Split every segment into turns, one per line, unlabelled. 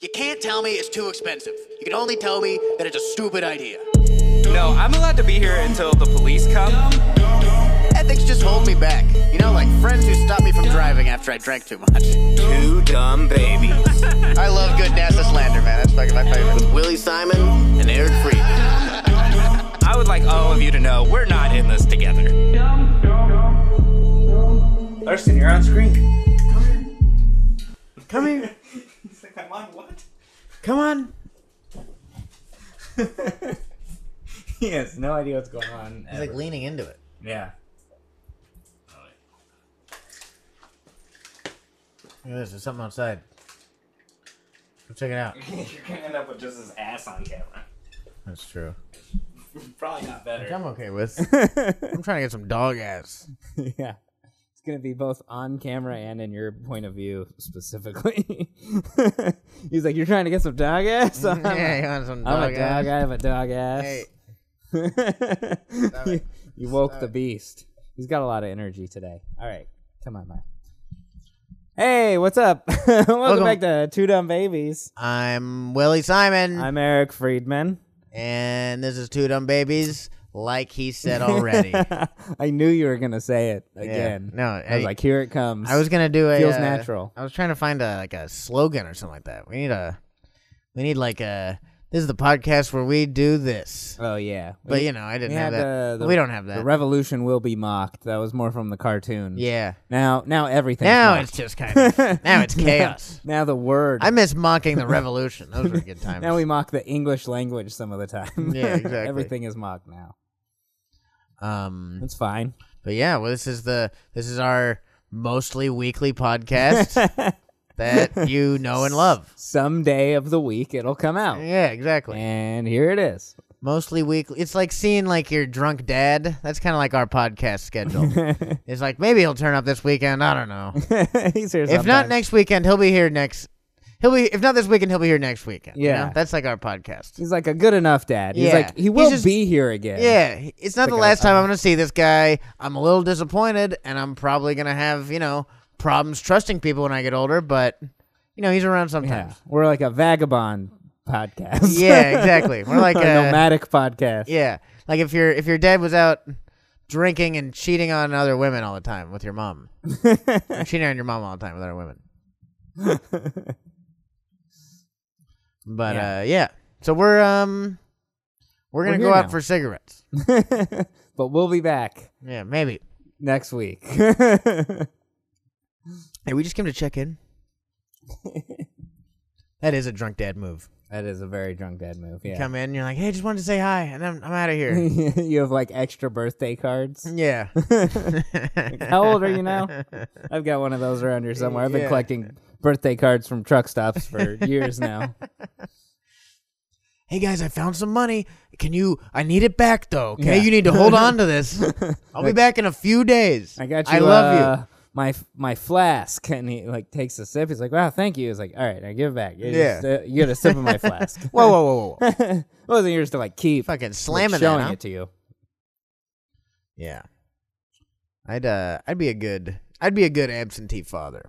You can't tell me it's too expensive. You can only tell me that it's a stupid idea.
No, I'm allowed to be here until the police come.
Ethics just hold me back. You know, like friends who stop me from driving after I drank too much.
Two dumb babies.
I love good NASA slander, man. That's fucking my favorite. With Willie Simon and Eric Fried.
I would like all of you to know we're not in this together. Thurston, you're on screen.
Come here.
He's like, I'm on what?
Come on.
He has no idea what's going on.
He's like
ever.
leaning into it.
yeah.
Look at this. There's something outside. Go check it out.
You're gonna end up with just his ass on camera.
That's true.
Probably not better.
I'm okay with. I'm trying to get some dog ass.
yeah. It's going to be both on camera and in your point of view specifically. He's like, You're trying to get some dog ass? I'm,
Yeah, you want some
I'm
dog
a
ass?
dog. I have a dog ass.
Hey,
you,
it.
you woke the
Stop it.
beast. He's got a lot of energy today. All right. Come on, Mike. Hey, what's up? Welcome,
Welcome.
back to Two Dumb Babies.
I'm Willie Simon,
I'm Eric Friedman.
and this is Two Dumb Babies. Like he said already.
I knew you were going to say it again.
No,
I was
I-
like, Here it comes.
I was gonna do a
Feels
uh,
natural.
I was trying to find a like a slogan or something like that. We need a, we need like a. This is the podcast where we do this.
Oh, yeah.
But you know, I didn't have
had
that.
the- the-
we don't have that.
The revolution will be mocked. That was more from the cartoon.
yeah.
Now, now everything.
Now it's just kind of now it's chaos.
now the word.
I miss mocking the revolution. Those were good times.
now we mock the English language some of the time.
Yeah, exactly.
everything is mocked now.
um,
It's fine.
but yeah, well, this is the this is our mostly weekly podcast that you know and love.
Some day of the week it'll come out,
Yeah, exactly.
and here it is.
Mostly weekly. It's like seeing like your drunk dad. That's kind of like our podcast schedule. it's like maybe he'll turn up this weekend. I don't know.
He's here.
If not
sometime.
next weekend, he'll be here next. He'll be if not this weekend, he'll be here next weekend. you
Yeah.
know? that's like our podcast.
He's like a good enough dad. He's
Yeah.
like he
He's
will
just-
be here again.
Yeah, he- it's not the
like a- uh-huh.
last time I'm going to see this guy. I'm a little disappointed, and I'm probably going to have you know problems trusting people when I get older. But you know, he's around
yeah.
sometimes.
We're like a vagabond podcast.
Yeah, exactly. We're like
a
a,
nomadic podcast.
yeah, like if your if your dad was out drinking and cheating on other women all the time with your mom, Or cheating on your mom all the time with other women. but
Yeah.
yeah. uh yeah, so we're um we're gonna
We're
go
here
out
now.
for cigarettes.
but we'll be back
Yeah, maybe.
next week.
Hey, we just came to check in. that is a drunk dad move.
That is a very drunk dad move. Yeah.
Come in, you're like, hey, just wanted to say hi, and I'm, I'm out of here.
you have like extra birthday cards.
yeah.
How old are you now? I've got one of those around here somewhere. I've been
Yeah.
collecting birthday cards from truck stops for years now.
Hey guys, I found some money. Can you? I need it back though. Okay, you need to hold on to this. I'll be back in a few days.
I got you.
I love
uh, My my flask, and he like takes a sip. He's like, "Wow, thank you." He's like, "All right, I give it back." You
Yeah.
just, uh, you get a sip of my flask.
you. Whoa, whoa, whoa, whoa! whoa.
it wasn't yours to like keep. Like,
Fucking slamming
showing
that. Huh?
it to you.
Yeah. I'd uh, I'd be a good, I'd be a good absentee father.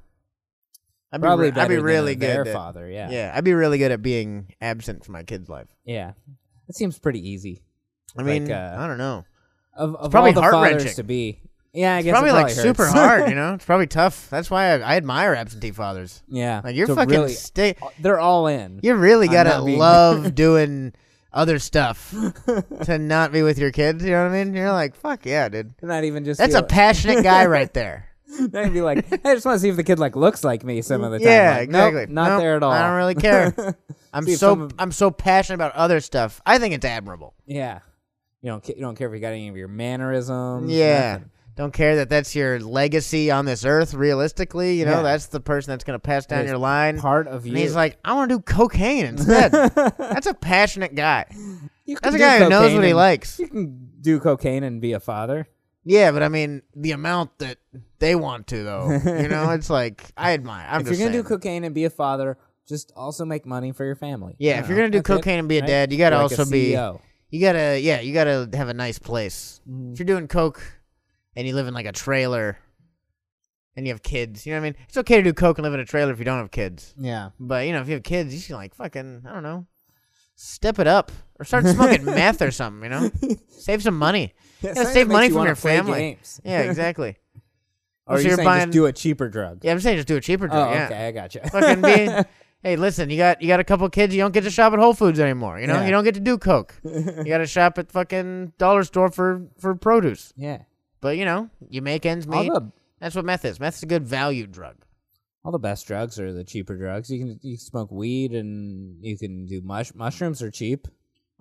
I'd be,
Probably
re- I'd
better
be
than
really
Their
good. at-
father, yeah, yeah,
yeah, I'd be really good at being absent from my kid's life.
That seems pretty easy.
I
Like,
mean,
uh,
I don't know.
Of, of
probably
all the
heart-wrenching.
fathers to be, yeah, I
It's
guess it
probably, like
hurts.
super hard, you know? It's probably tough. That's why I, I admire absentee fathers.
Yeah.
Like you're
to
fucking
really-
stay.
they're all in.
You really
I'm
gotta
not being-
love doing other stuff to not be with your kids. You know what I mean? You're like, fuck yeah, dude.
Not even just
That's
be
a passionate guy right there.
like, not even be like, "Hey, I just want to see if the kid like looks like me some of the time.
yeah,
Like, nope,
exactly.
not
Nope,
there at all.
I don't really care. I'm
See if
so
some of-
I'm so passionate about other stuff. I think it's admirable.
yeah. You don't ca- you don't care if you got any of your mannerisms.
Yeah.
nothing.
Don't care that that's your legacy on this earth. Realistically, you know
Yeah.
that's the person that's gonna pass down
It's
your line.
Part of you.
And he's like, I want to do cocaine instead. that's a passionate guy.
You can
That's a
do
guy who knows
cocaine
what he
and-
likes.
You can do cocaine and be a father.
Yeah, but I mean, the amount that they want to, though, you know, it's like I admire. I'm
if you're
just
gonna
saying.
do cocaine and be a father, just also make money for your family.
yeah,
You
if you're
know,
gonna do
that's it,
cocaine and be a
right?
dad, you gotta
Like a E
also be.
CEO.
You gotta, yeah, you gotta
Mm.
have a nice place. If you're doing coke, and you live in like a trailer, and you have kids, you know what I mean? It's okay to do coke and live in a trailer if you don't have kids.
Yeah.
But you know, if you have kids, you should like fucking I don't know, step it up or start smoking meth or something. You know, save some money. You gotta
something
save
that
money
makes you
from
wanna
your
play
family.
games.
Yeah, exactly.
Or
so
Oh, you're,
you're
saying
buying-
just do a cheaper drug.
Yeah, I'm saying just do a cheaper drink.
Oh,
yeah.
okay, I gotcha.
Fucking be. Hey, listen, you got you got a couple kids. You don't get to shop at Whole Foods anymore. You know,
Yeah.
you don't get to do coke. you got to shop at fucking dollar store for for produce.
yeah.
But you know, you make ends
All
meet.
the
That's what meth is. Meth's a good value drug.
all the best drugs are the cheaper drugs. You can you can smoke weed and you can do mush mushrooms are cheap.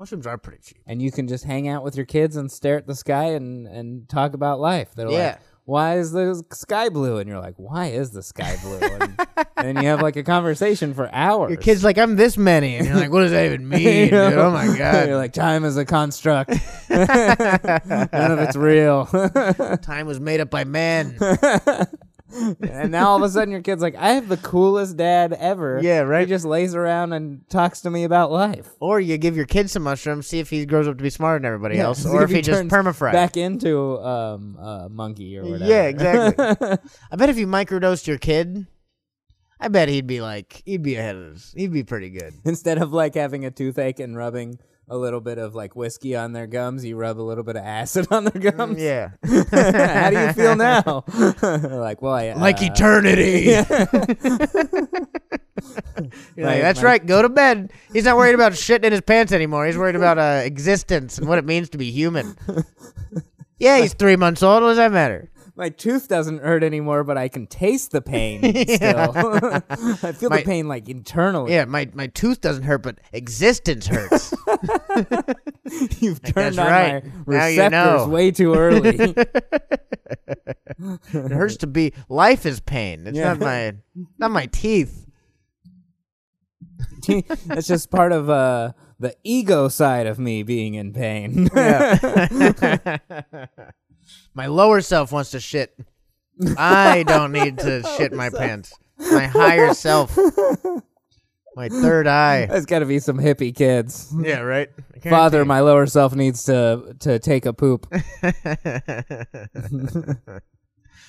Mushrooms are pretty cheap.
and you can just hang out with your kids and stare at the sky and and talk about life. They're
Yeah.
like, "Why is the sky blue?" And you're like, "Why is the sky blue?" And, and then you have like a conversation for hours.
Your kid's like, I'm this many, and you're like, what does that even mean?
You know?
dude? Oh my god,
you're like, "Time is a construct. None of it's real."
time was made up by man.
and now all of a sudden, your kid's like, "I have the coolest dad ever."
Yeah,
He
right.
just lays around and talks to me about life.
or you give your kid some mushrooms, see if he grows up to be smarter than everybody
Yeah,
else,
see
or if he, just
turns
permafries.
back into um, a monkey or whatever.
Yeah, exactly. I bet if you microdosed your kid, I bet he'd be like, he'd be ahead of us. He'd be pretty good.
instead of like having a toothache and rubbing a little bit of like whiskey on their gums, you rub a little bit of acid on their gums.
Mm, Yeah,
How do you feel now? like, well, I,
like
uh,
eternity. You're like,
Like,
That's
my-
right. Go to bed. He's not worried about shit in his pants anymore. He's worried about uh, existence and what it means to be human. Yeah, he's three months old. What does that matter?
my tooth doesn't hurt anymore, but I can taste the pain still. I feel
My-
the pain like internally.
Yeah, my, my tooth doesn't hurt, but existence hurts.
You've turned
that's
on
right.
my
Now
receptors
you know.
way too early.
it hurts to be. Life is pain. It's
Yeah.
not my not my teeth.
That's just part of uh, the ego side of me being in pain.
My lower self wants to shit. I don't need to shit my pants. My higher self. My third eye.
That's got to be some hippie kids.
Yeah, right.
Father, my lower self needs to to take a poop.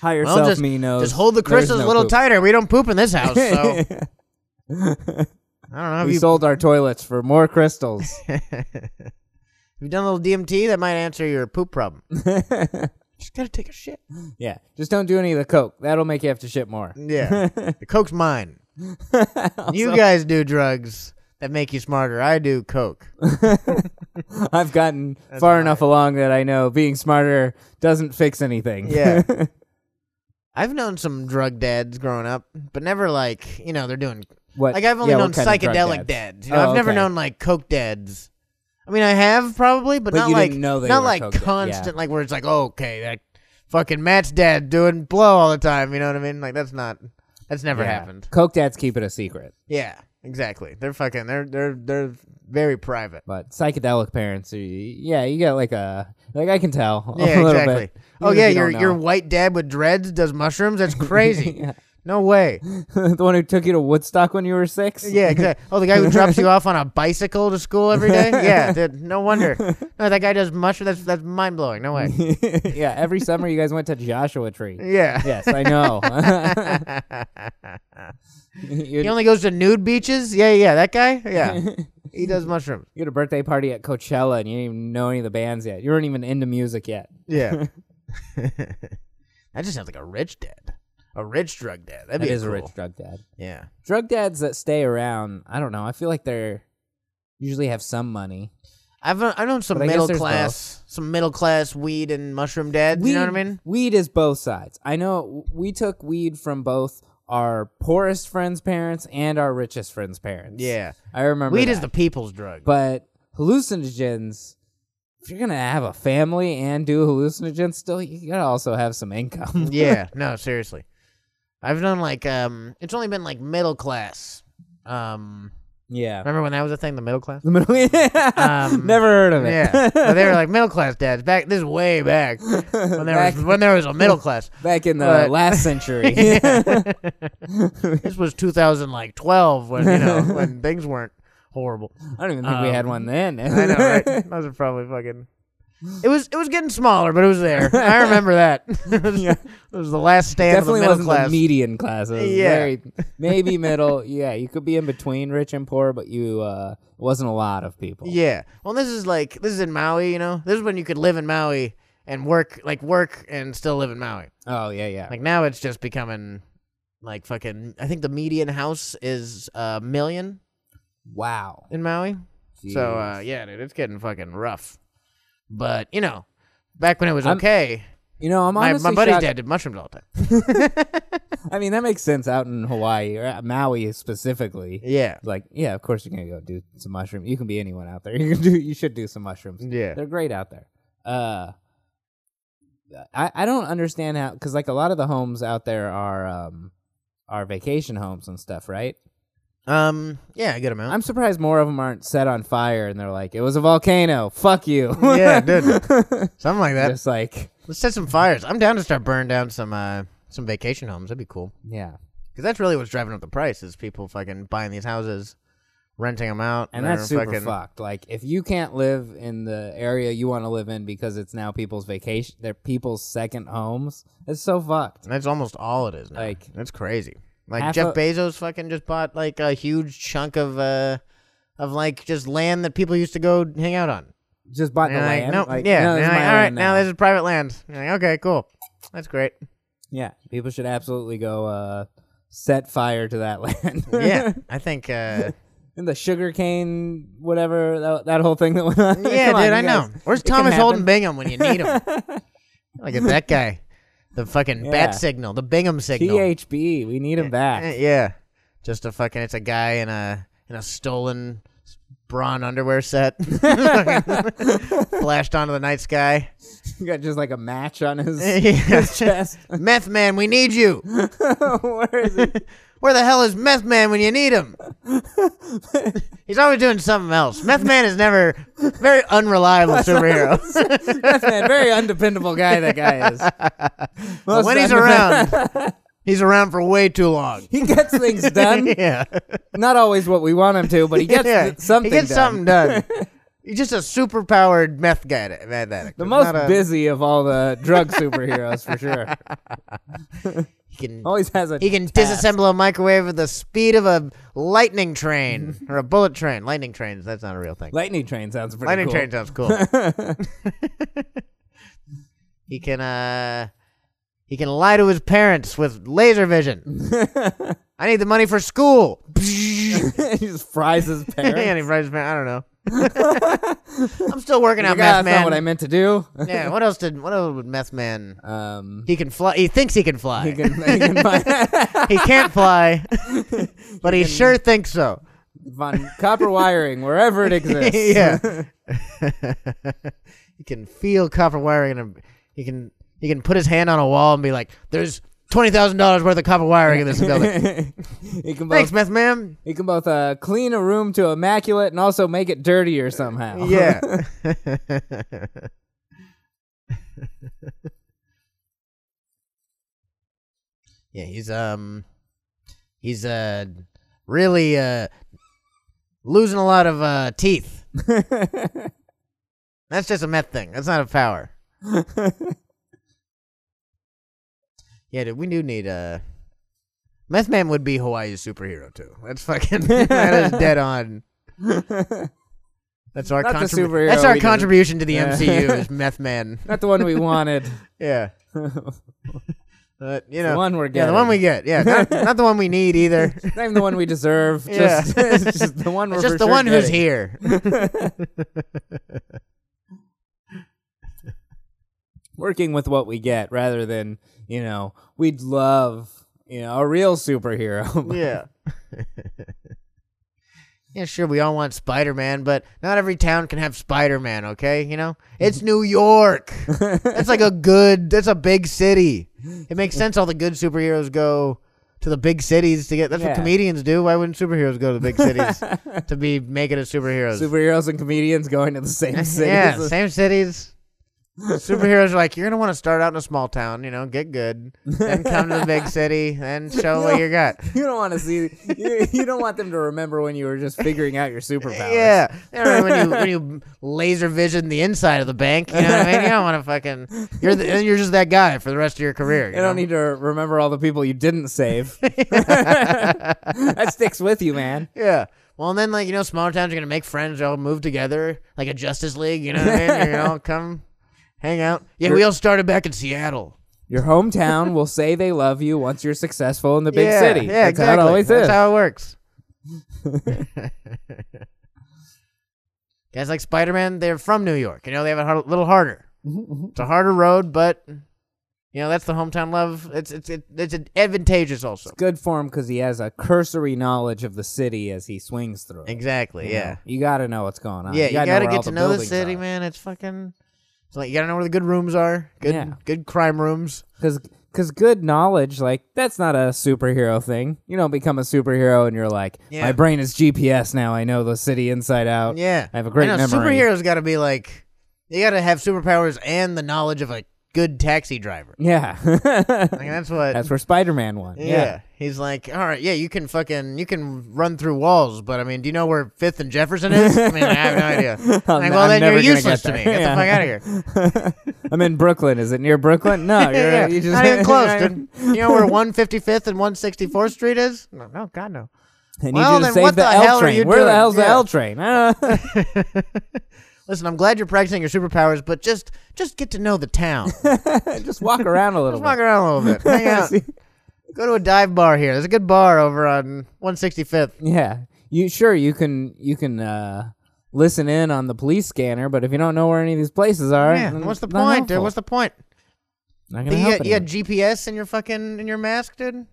Higher
Well,
self
just,
me knows.
just hold the
there's
crystals
no
a little
poop.
tighter. We don't poop in this house, so I don't know. Have
We
you,
sold our toilets for more crystals.
have you done a little DMT? That might answer your poop problem. just gotta take a shit.
yeah, just don't do any of the coke. That'll make you have to shit more.
Yeah. the coke's mine. you guys do drugs that make you smarter. I do coke.
I've gotten far enough along that I know being smarter doesn't fix anything.
Yeah. I've known some drug dads growing up, but never like, you know, they're doing
What-
like I've only
yeah,
known
what kind of drug
psychedelic dads.
dads?
You know,
Oh,
I've never
okay.
known like coke dads. I mean, I have probably, but,
But
not
you
like
didn't know they
not
were
like
coke dad- yeah.
constant like where it's like, oh, "Okay, that fucking Matt's dad doing blow all the time." You know what I mean? Like that's not that's never
Yeah.
happened.
Coke dads keep it a secret,
Yeah, exactly. They're fucking they're they're they're very private.
but psychedelic parents, y- yeah, you got like a like I can tell.
Yeah,
a little
exactly.
Bit,
Oh
Even
yeah,
if you
your
don't
your
know.
white dad with dreads does mushrooms. That's crazy. No way.
the one who took you to Woodstock when you were six.
Yeah, exactly. Oh, the guy who drops you off on a bicycle to school every day. Yeah, dude, no wonder. No, that guy does mushrooms. That's that's mind blowing. No way.
yeah, every summer you guys went to Joshua Tree.
Yeah.
Yes, I know.
He
you
only goes to nude beaches. Yeah, yeah. That guy. Yeah. he does mushrooms.
had a birthday party at Coachella and you didn't even know any of the bands yet. You weren't even into music yet.
Yeah. that just sounds like a rich dad. A rich drug dad. That'd
That
be
is
cool.
a rich drug dad.
Yeah.
Drug dads that stay around, I don't know. I feel like they're usually have some money.
I've uh, I've known some
But I guess
middle
there's
class, some middle class weed and mushroom dads. you know what I mean?
Weed is both sides. I know we took weed from both our poorest friends' parents and our richest friends' parents.
Yeah.
I remember
Weed is
that.
the people's drug.
But hallucinogens, if you're gonna have a family and do hallucinogens, still you gotta also have some income.
yeah, no, seriously. I've known like um it's only been like middle class. Um
yeah.
remember when that was a thing, the middle class?
The middle.
Um,
Never heard of it.
Yeah. But they were like middle class dads back this is way back. When there
Back-
was when there was a middle class.
Back in the
But-
last century.
This was two thousand like twelve when you know when things weren't horrible. Um,
I don't even think we had one then.
I know, right? Those are probably fucking It was it was getting smaller, but it was there. I remember that. it, was, it was the last stand
Definitely
of the
wasn't
middle class.
the median class. It was
Yeah.
very- maybe middle. Yeah, you could be in between rich and poor, but you uh, it wasn't a lot of people.
yeah. Well, this is like this is in Maui. You know, this is when you could live in Maui and work like work and still live in Maui.
Oh yeah, yeah.
Like now, it's just becoming like fucking. I think the median house is a million
wow.
in Maui. So uh,
Jeez.
yeah, dude, it's getting fucking rough. But you know, back when it was
I'm
okay,
you know, I'm
my,
honestly
my buddy's
shocked-
dad did mushrooms all the time.
I mean, that makes sense out in Hawaii or at Maui specifically.
Yeah,
Like, yeah, of course you're gonna go do some mushrooms. You can be anyone out there. You can do. You should do some mushrooms.
yeah.
They're great out there. Uh, I I don't understand how because like a lot of the homes out there are um are vacation homes and stuff, right?
Um, yeah, a good amount.
I'm surprised more of them aren't set on fire and they're like, it was a volcano. Fuck you.
yeah, dude, something like that.
Just like
Let's set some fires. I'm down to start burning down some uh some vacation homes. That'd be cool.
yeah,
Because that's really what's driving up the price is people fucking buying these houses, renting them out,
and
they're
that's super
fucking,
fucked. Like if you can't live in the area you want to live in because it's now people's vacation, they're people's second homes. It's so fucked.
That's almost all it is. Now.
Like-
that's crazy. Like
Half
Jeff
a-
Bezos fucking just bought like a huge chunk of uh of like just land that people used to go hang out on.
Just bought
And
the
like,
land.
no,
like,
yeah.
no,
and
this is
like,
my
all right,
land
now. this is private land. And you're like, okay, cool. That's great.
yeah. People should absolutely go uh, set fire to that land.
Yeah, I think. uh
and the sugarcane, whatever that, that whole thing that went on.
Yeah,
Come on,
dude,
you
I know.
guys.
Where's
can
Thomas Holden
happen.
Bingham when you need him? Look at that guy. The fucking
Yeah.
bat signal, the Bingham signal.
THB, we need him back.
Eh, Yeah, just a fucking. It's a guy in a in a stolen brawn underwear set, flashed onto the night sky.
He got just like a match on his,
Yeah.
his chest.
Meth man, we need you.
Where is he?
Where the hell is Meth man when you need him? He's always doing something else. Meth man is never very unreliable superhero.
That's man, very undependable guy that guy is.
But
Most
when he's
undepend-
around, he's around for way too long.
he gets things done.
Yeah,
Not always what we want him to, but he gets
Yeah.
th- something.
He gets
done.
something done. He's just a super powered meth guy. That, that, that-
The
not
most
a-
busy of all the drug superheroes for sure.
he can
Always has a
He can
task.
disassemble a microwave with the speed of a lightning train or a bullet train. Lightning trains, that's not a real thing.
Lightning train sounds pretty
lightning
cool.
train sounds cool. he can uh he can lie to his parents with laser vision. I need the money for school.
he just fries his
and
parents.
he fries his parents- I don't know. I'm still working out
Like, "Ah,
meth
that's
man.
not what I meant to do.
yeah, what else did what else would meth man
Um,
he can fly he thinks he can fly.
he can, he can buy-
he can't fly. but he sure thinks so.
on copper wiring wherever it exists.
yeah. you can feel copper wiring, and you can you can put his hand on a wall and be like, "There's twenty thousand dollars worth of copper wiring in this building."
he can both
Thanks, meth man.
he can both uh, clean a room to immaculate and also make it dirtier somehow.
Yeah. yeah, he's um, he's uh, really uh, losing a lot of uh teeth. That's just a meth thing. That's not a power. Yeah, dude, we do need a. Meth Man would be Hawaii's superhero too. That's fucking that is dead on. That's our
Not the
contribution.
superhero
That's our
we didn't-
contribution to the
Yeah.
MCU is Meth Man.
Not the one we wanted.
Yeah, but you know,
the one we're
yeah,
getting.
the one we get. Yeah, not, not the one we need either.
Not even the one we deserve.
Yeah.
Just, it's just the one we're
It's just
for
the
sure
one who's
getting.
here.
Working with what we get rather than you know we'd love you know a real superhero.
yeah. yeah, sure. We all want Spider Man, but not every town can have Spider Man. Okay, you know, it's New York. that's like a good. That's a big city. It makes sense. All the good superheroes go to the big cities to get. That's
Yeah.
what comedians do. Why wouldn't superheroes go to the big cities to be making it as superheroes?
Superheroes and comedians going to the same city.
yeah, same cities. Superheroes are like, you're gonna want to start out in a small town, you know, get good, then come to the big city, then show what you got.
You don't want to see. You, you don't want them to remember when you were just figuring out your superpowers.
Yeah, You know, when you when you laser vision the inside of the bank, you know what I mean. You don't want to fucking. You're the, you're just that guy for the rest of your career. You
You don't
know?
need to remember all the people you didn't save. that sticks with you, man.
Yeah. Well, and then like you know, smaller towns are gonna make friends. They'll move together, like a Justice League. You know what I mean? You know, come hang out. Yeah, we all started back in Seattle.
Your hometown will say they love you once you're successful in the big
yeah,
city.
Yeah,
That's
exactly.
how it always
That's
is.
how it works. Guys like Spider Man, they're from New York. You know, they have a hard, little harder. It's a harder road, but you know that's the hometown love. It's it's it, it's advantageous also.
Good for him because he has a cursory knowledge of the city as he swings through. it,
Exactly.
you
Yeah.
know? you got to know what's going on.
Yeah. You gotta
where all
get to know the
buildings
city,
are.
man. It's fucking. It's like you gotta know where the good rooms are. Good
Yeah.
good crime rooms.
Cause, cause good knowledge, like that's not a superhero thing. You don't become a superhero and you're like,
Yeah.
my brain is GPS now. I know the city inside out.
Yeah.
I have a great
know,
memory.
Superheroes gotta be like you gotta have superpowers and the knowledge of a good taxi driver.
Yeah,
Like that's what
that's where Spider-Man won.
Yeah. He's like, all right, yeah, you can fucking, you can run through walls, but I mean, do you know where Fifth and Jefferson is? I mean, I have no idea.
I'm
like,
n-
well,
I'm
then
never
you're
gonna
useless
get
to me.
there.
Get the fuck out of here.
I'm in Brooklyn. Is it near Brooklyn? No, you're,
yeah,
you just
not even close,
I
dude. You know where 155th and 164th Street is? No, no God, no.
need
Well,
you to
then
save
what
the,
the hell
L
are
train.
you
Where the
doing?
hell's the
Yeah.
L train? I don't know.
Listen, I'm glad you're practicing your superpowers, but just, just get to know the town. Just
just walk around a little
walk
bit.
around a little bit. Hang out.
See?
Go to a dive bar here. There's a good bar over on 165th.
Yeah, you sure you can you can uh, listen in on the police scanner, but if you don't know where any of these places are,
Yeah,
then
what's the
it's not
point, dude?
helpful.
What's the point?
not
But
gonna
you
help
got, you got GPS in your fucking in your mask, dude.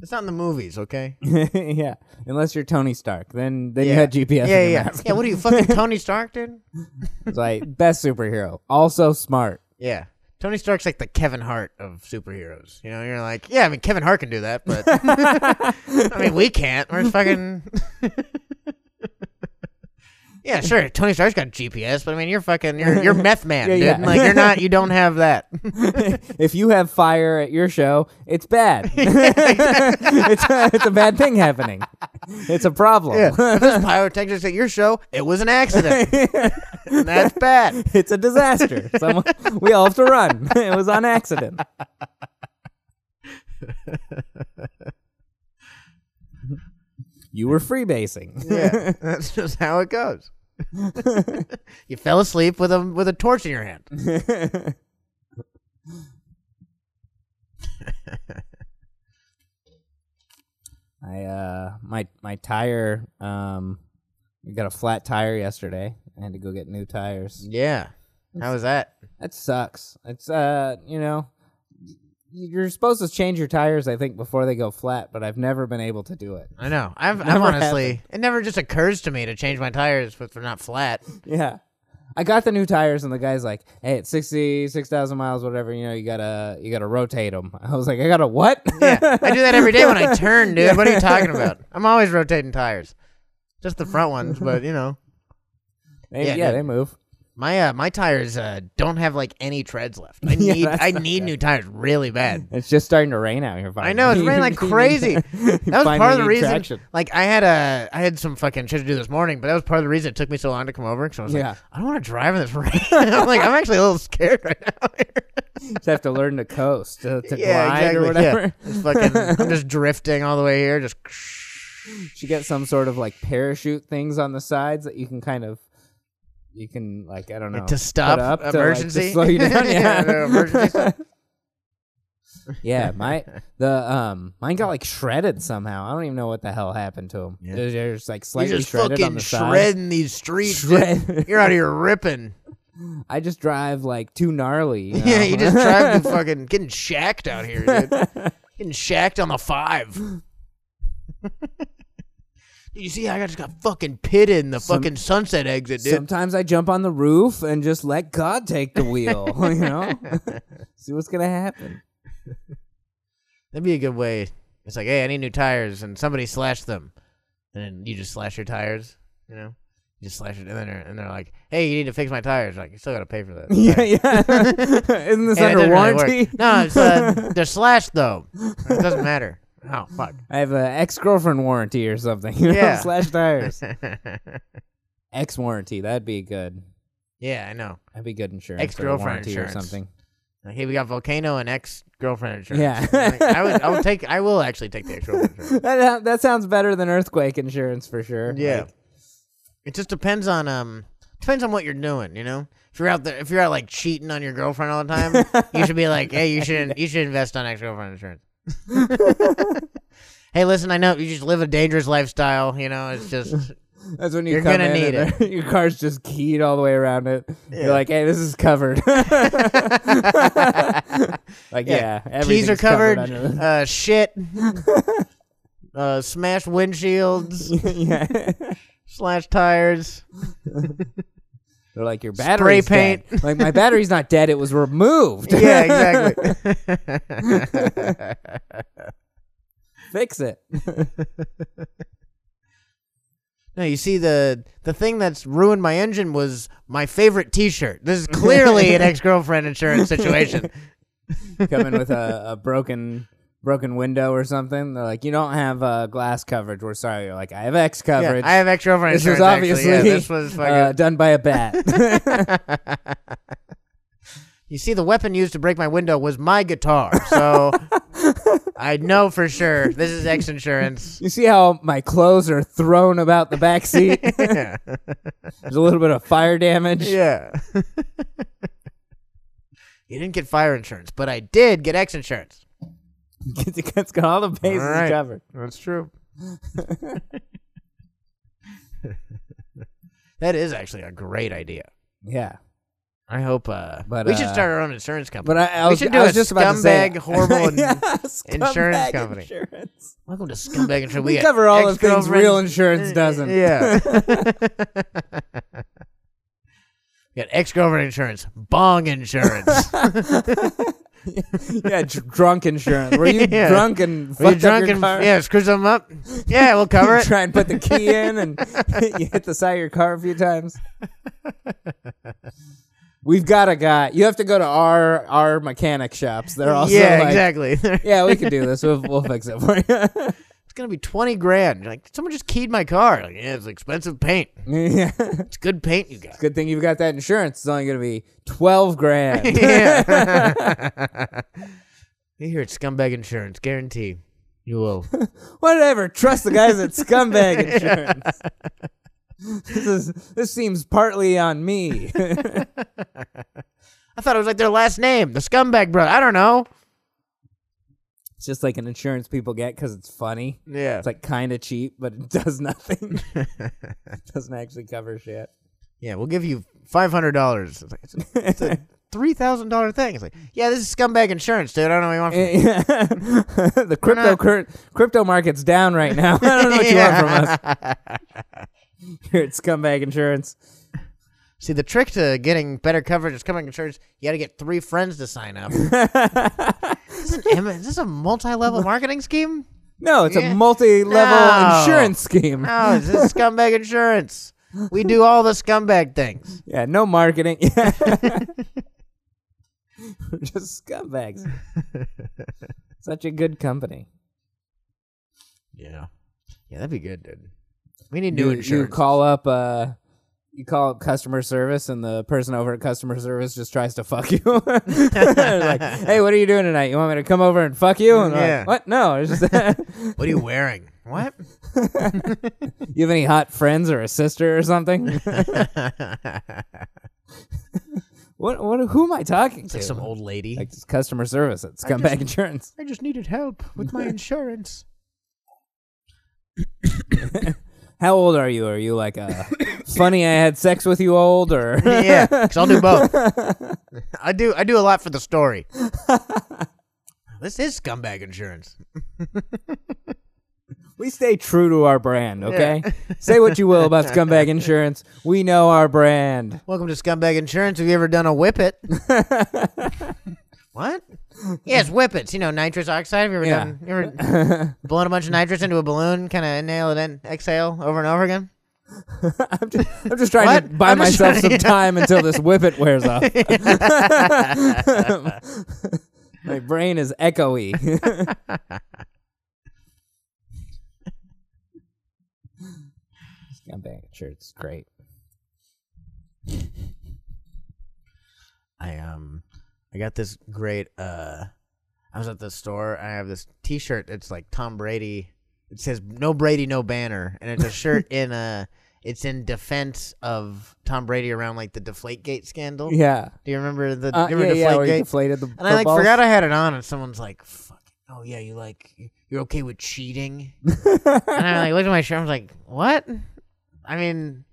It's not in the movies, okay?
anyone. yeah, unless you're Tony Stark, then then
Yeah.
you had GPS.
yeah,
in your
yeah.
mask.
Yeah, what are you fucking Tony Stark, dude?
It's like best superhero, also smart.
Yeah. Tony Stark's like the Kevin Hart of superheroes. You know, you're like, yeah, I mean Kevin Hart can do that, but I mean we can't. We're fucking Yeah, sure. Tony Stark's got GPS, but I mean you're fucking you're you're meth man,
Yeah,
dude.
yeah.
Like you're not you don't have that.
if you have fire at your show, it's bad. it's, a, it's a bad thing happening. It's a problem.
if there's pyrotechnics at your show, it was an accident. and that's bad.
It's a disaster. Someone, we all have to run. It was on accident. You were freebasing.
Yeah, that's just how it goes. you fell asleep with a with a torch in your hand.
I uh my my tire um we got a flat tire yesterday. I had to go get new tires.
Yeah, how was that?
That sucks. It's uh you know y- you're supposed to change your tires I think before they go flat, but I've never been able to do it.
I know. I've, I've
Never
honestly, it never just occurs to me to change my tires if they're not flat.
Yeah. I got the new tires and the guy's like, "Hey, it's 60 6,000 miles whatever, you know, you got to you got to rotate them." I was like, "I got to what?"
Yeah, I do that every day when I turn, dude. What are you talking about? I'm always rotating tires, just the front ones. But you know,
They-
Yeah,
yeah,
dude.
they move.
my uh, my tires uh, don't have like any treads left. I
Yeah,
need
that's
I
not
need
good.
new tires really bad.
It's just starting to rain out here. Finally.
I know it's raining like crazy. That was part of the reason. Like I had a, I had some fucking shit to do this morning, but that was part of the reason it took me so long to come over. Because I was
Yeah.
like, I don't want to drive in this rain. I'm like, I'm actually a little scared right now.
Just have to learn to coast to, to
yeah,
glide
exactly.
or whatever.
Yeah. Just fucking, I'm just drifting all the way here. Just
Should get some sort of like parachute things on the sides that you can kind of, you can like I don't know
to stop
put up to, like,
emergency.
to slow you down.
Yeah, the emergency
Yeah. yeah, my the um mine got like shredded somehow. I don't even know what the hell happened to them.
Yeah.
They're they're just like
you're
slightly
just
shredded on
fucking
the side.
shredding these streets. dude.
Shred-
You're out here ripping.
I just drive like too gnarly. you
Yeah,
know?
you just trying to fucking getting shacked out here, dude. getting shacked on the five. you see, I just got fucking pitted in the fucking sunset exit, dude.
Sometimes I jump on the roof and just let God take the wheel, you know? See what's going to happen.
That'd be a good way. It's like, hey, I need new tires, and somebody slashed them, and then you just slash your tires. You know, You just slash it, and then they're, and they're like, "Hey, you need to fix my tires." Like, you still gotta pay for that.
Yeah, yeah. Isn't this
Hey, that
under
didn't really
warranty?
work. no, it's, uh, they're slashed though. It doesn't matter. Oh fuck.
I have an ex girlfriend warranty or something. You know,
Yeah.
slash tires. ex warranty. That'd be good.
yeah, I know.
That'd be good insurance. or
Ex-girlfriend
warranty
insurance.
or something.
Like, hey, we got volcano and ex girlfriend insurance.
Yeah.
Like, I would, I would take, I will actually take the ex girlfriend insurance.
That that sounds better than earthquake insurance for sure.
Yeah.
Like,
It just depends on um depends on what you're doing, you know? If you're out there if you're out like cheating on your girlfriend all the time, you should be like, Hey, you should you should invest on ex girlfriend insurance. hey, listen, I know you just live a dangerous lifestyle, you know, it's just
that's when you
You're
come
gonna
in
need
and there- your car's just keyed all the way around it.
Yeah.
You're like, hey, this is covered. like, yeah,
keys are
everything's
covered,
under the-
uh shit. uh smashed windshields,
yeah,
slash tires.
they're like your battery's
paint.
dead." Like my battery's not dead; it was removed.
Yeah, exactly.
Fix it.
No, you see the the thing that's ruined my engine was my favorite T-shirt. This is clearly an ex-girlfriend insurance situation.
Come in with a, a broken broken window or something. They're like, you don't have uh, glass coverage. We're sorry. You're like, I have X
Yeah,
coverage.
I have ex-girlfriend
this was
insurance.
obviously
actually. Yeah, this was fucking.
uh, done by a bat.
you see, the weapon used to break my window was my guitar. So I know for sure this is ex insurance.
you see how my clothes are thrown about the back seat?
Yeah.
There's a little bit of fire damage.
Yeah. you didn't get fire insurance, but I did get ex insurance.
it's got all the bases
All right.
covered.
That's true. that is actually a great idea.
Yeah.
I hope. Uh,
But,
we should
uh,
start our own insurance company.
But I, I
we
was,
should do
I
a
was just about to say
scumbag, horrible, and-
Yeah, scumbag
company.
Insurance.
welcome to scumbag insurance.
We
got
cover all the things
ex-girlfriends. Uh,
real insurance doesn't.
Yeah. we got ex girlfriend insurance, bong insurance.
yeah, dr- drunk insurance. Were you
Yeah.
drunk and
Were you
fucked
drunk
up your
and
car?
yeah, screw something up? Yeah, we'll cover
You
it.
try and put the key in, and you hit the side of your car a few times. We've got a guy. You have to go to our our mechanic shops. They're also
yeah,
like,
exactly.
yeah, we can do this. We'll, we'll fix it for you.
it's gonna be twenty grand. You're like someone just keyed my car. Like, yeah, it's expensive paint.
yeah.
It's good paint you got.
Good thing you've got that insurance. It's only going to be 12 grand.
Yeah. you hear it, scumbag insurance, guarantee. You will.
Whatever. Trust the guys at Scumbag Insurance. this is this seems partly on me.
I thought it was like their last name, the scumbag brother. I don't know.
it's just like an insurance people get cuz it's funny.
Yeah.
It's like kind of cheap, but it does nothing. it doesn't actually cover shit.
yeah, we'll give you five hundred dollars. It's like it's a, it's a three thousand dollar thing. It's like, yeah, this is scumbag insurance, dude. I don't know what you want from
Eh, the crypto
not-
cur- crypto market's down right now. I don't know what you want from us. Here at Scumbag Insurance.
See, the trick to getting better coverage is coming to church. You got to get three friends to sign up. is, this an M- is this a multi-level marketing scheme?
No, it's
Yeah.
a multi-level
No.
insurance scheme.
No, this Oh, is scumbag insurance. We do all the scumbag things.
Yeah, no marketing. Yeah. We're just scumbags. Such a good company.
Yeah, yeah, that'd be good, dude. We need
you,
new
you
insurance.
call up uh you call up customer service and the person over at customer service just tries to fuck you. They're like, hey, what are you doing tonight? You want me to come over and fuck you? And we're like,
Yeah.
what? No. it's just-
what are you wearing? What?
you have any hot friends or a sister or something? what what who am I talking
It's
to?
like some old lady.
Like, it's customer service at Scumbag Insurance.
I just needed help with my insurance.
How old are you? Are you like a funny I had sex with you old or
yeah, because I'll do both. I do. I do a lot for the story. this is scumbag insurance.
We stay true to our brand, okay? Say what you will about Scumbag Insurance. We know our brand.
Welcome to Scumbag Insurance. Have you ever done a whippet? what? Yes, whippets. You know, nitrous oxide. Have you ever
Yeah.
done? You ever blown a bunch of nitrous into a balloon, kind of inhale and then exhale over and over again?
I'm just, I'm just trying to
What?
buy
I'm just
myself
trying-
some time until this whippet wears off. My brain is echoey. I'm back. Sure, it's great.
I um I got this great uh I was at the store and I have this t shirt it's like Tom Brady. It says no Brady, no banner and it's a shirt in uh it's in defense of Tom Brady around like the deflate gate scandal.
Yeah.
Do you remember the
Uh,
do you
yeah,
remember
yeah, where you
Deflategate?
deflated the
And I like
footballs.
forgot I had it on, and someone's like, "Fuck, oh yeah, you like you're okay with cheating?" and I like looked at my shirt. I was like, "What? I mean,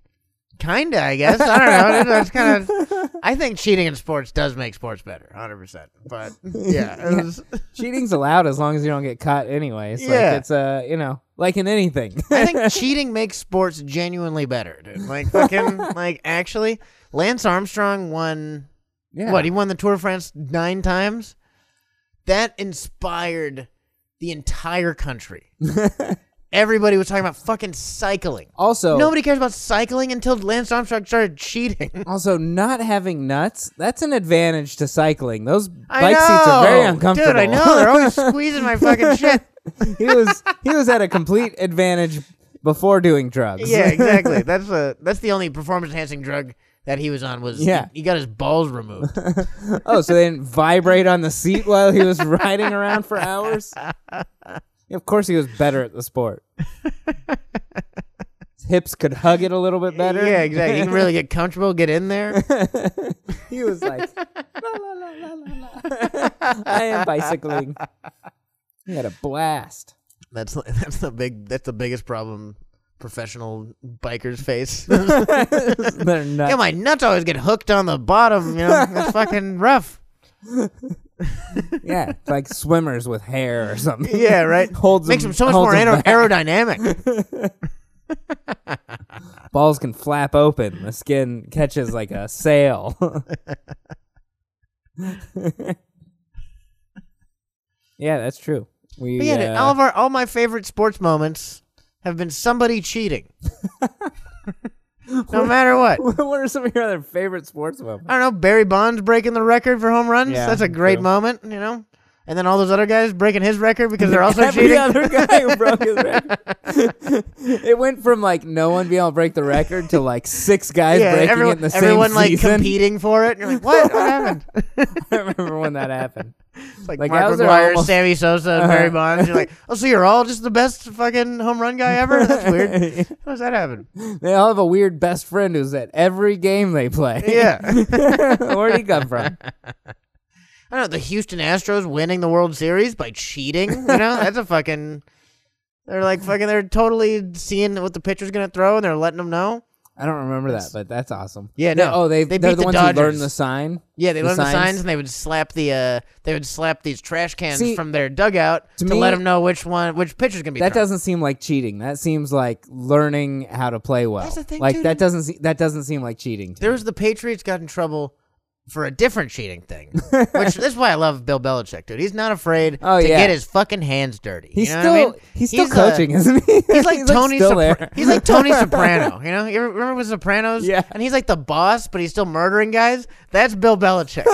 kinda, I guess. I don't know. That's kind of. I think cheating in sports does make sports better, hundred percent. But yeah, it was,
Cheating's allowed as long as you don't get caught anyway. It's
Yeah.
like it's uh, you know, like in anything.
I think cheating makes sports genuinely better, dude. Like fucking, like actually, Lance Armstrong won
yeah.
What he won the Tour de France nine times. That inspired the entire country. Everybody was talking about fucking cycling.
also
Nobody cares about cycling until Lance Armstrong started cheating.
also not having nuts, that's an advantage to cycling. Those
I
bike seats are very
know.
uncomfortable.
Dude, I know they're always squeezing my fucking shit.
he was he was at a complete advantage before doing drugs.
Yeah, exactly. That's a that's the only performance enhancing drug that he was on was
Yeah.
he, he got his balls removed.
oh, so they didn't vibrate on the seat while he was riding around for hours? Of course he was better at the sport. His hips could hug it a little bit better.
Yeah, exactly. You can really get comfortable, get in there.
he was like, la, la, la, la, la, la. I am bicycling. He had a blast.
That's that's the big that's the biggest problem professional bikers face.
They're nuts.
Yeah, my nuts always get hooked on the bottom. You know, it's fucking rough.
Yeah, it's like swimmers with hair or something.
Yeah, right.
Holds
Makes
them-
them so much
holds
more
them
aer-
back.
aerodynamic.
Balls can flap open. The skin catches like a sail. yeah, that's true. We
But yeah, dude,
uh,
all of our all my favorite sports moments have been somebody cheating. no matter what.
what are some of your other favorite sports moments?
I don't know. Barry Bonds breaking the record for home runs.
Yeah,
That's a great
true.
moment. You know. And then all those other guys breaking his record because they're also
Every
cheating.
other guy who broke his record. it went from like no one being able to break the record to like six guys
yeah,
breaking
everyone,
it in the
everyone
same
like
season.
competing for it. And you're like, what? What happened?
I remember when that happened.
It's like,
Like,
Mark
how's there
McGuire,
almost-
Sammy Sosa, and Barry Bonds. You're like, oh, so you're all just the best fucking home run guy ever? That's weird. How does that happen?
They all have a weird best friend who's at every game they play.
Yeah. I don't
Where'd he come from?
know. The Houston Astros winning the World Series by cheating. You know, that's a fucking. They're like fucking. They're totally seeing what the pitcher's gonna throw, and they're letting them know.
I don't remember that, but that's awesome.
Yeah,
They-
no,
oh, they
they
they're
beat
the
the
ones who learned
Dodgers.
the sign.
Yeah, they
The
learn the
signs?
signs, and they would slap the uh, they would slap these trash cans
See,
from their dugout
to
to,
me-
let them know which one, which pitcher's gonna be.
That
thrown.
doesn't seem like cheating. That seems like learning how to play well.
That's the thing,
like
dude.
that doesn't se- that doesn't seem like cheating. To
There
me.
was the Patriots got in trouble for a different cheating thing, which this is why I love Bill Belichick, dude. He's not afraid
Oh,
to
yeah.
get his fucking hands dirty.
He's
you know
still
what I mean?
he's still
a-
coaching, isn't he?
He's like Tony.
still
Sopra-
there.
He's like Tony Soprano. You know, you remember with Sopranos?
Yeah.
And he's like the boss, but he's still murdering guys. That's Bill Belichick.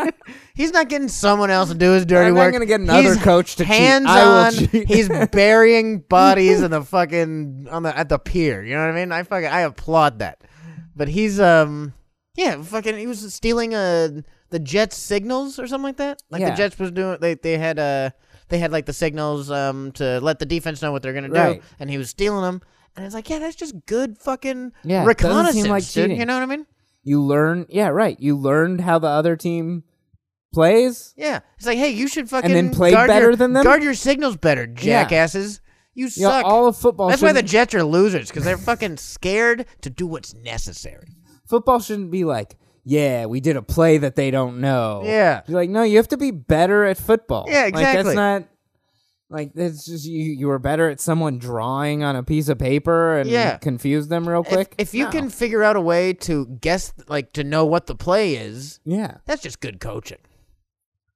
he's not getting someone else to do his dirty
I'm not
work.
gonna get another
He's
coach to cheat.
hands
I will
on.
cheat.
He's burying bodies in the fucking on the at the pier. You know what I mean? I fucking I applaud that. But he's um yeah fucking he was stealing uh the Jets signals or something like that. Like
Yeah.
the Jets was doing they they had uh they had like the signals um to let the defense know what they're gonna do
Right.
and he was stealing them. And it's like, yeah, that's just good fucking
Yeah, it doesn't seem
reconnaissance.
like
dude,
cheating.
You know what I mean?
you learn. Yeah, right. You learned how the other team plays.
Yeah. It's like, hey, you should fucking
then play
guard
better
your,
than them?
Guard your signals better, jackasses. You
You know,
suck.
all of football.
that's why the
shouldn't-
Jets are losers because they're fucking scared to do what's necessary.
football shouldn't be like, yeah, we did a play that they don't know.
Yeah.
You're like, no, you have to be better at football.
Yeah,
Like, that's
exactly.
not like it's just you you were better at someone drawing on a piece of paper and
Yeah.
confuse them real
If,
quick.
if you
No.
can figure out a way to guess, like to know what the play is,
Yeah.
that's just good coaching.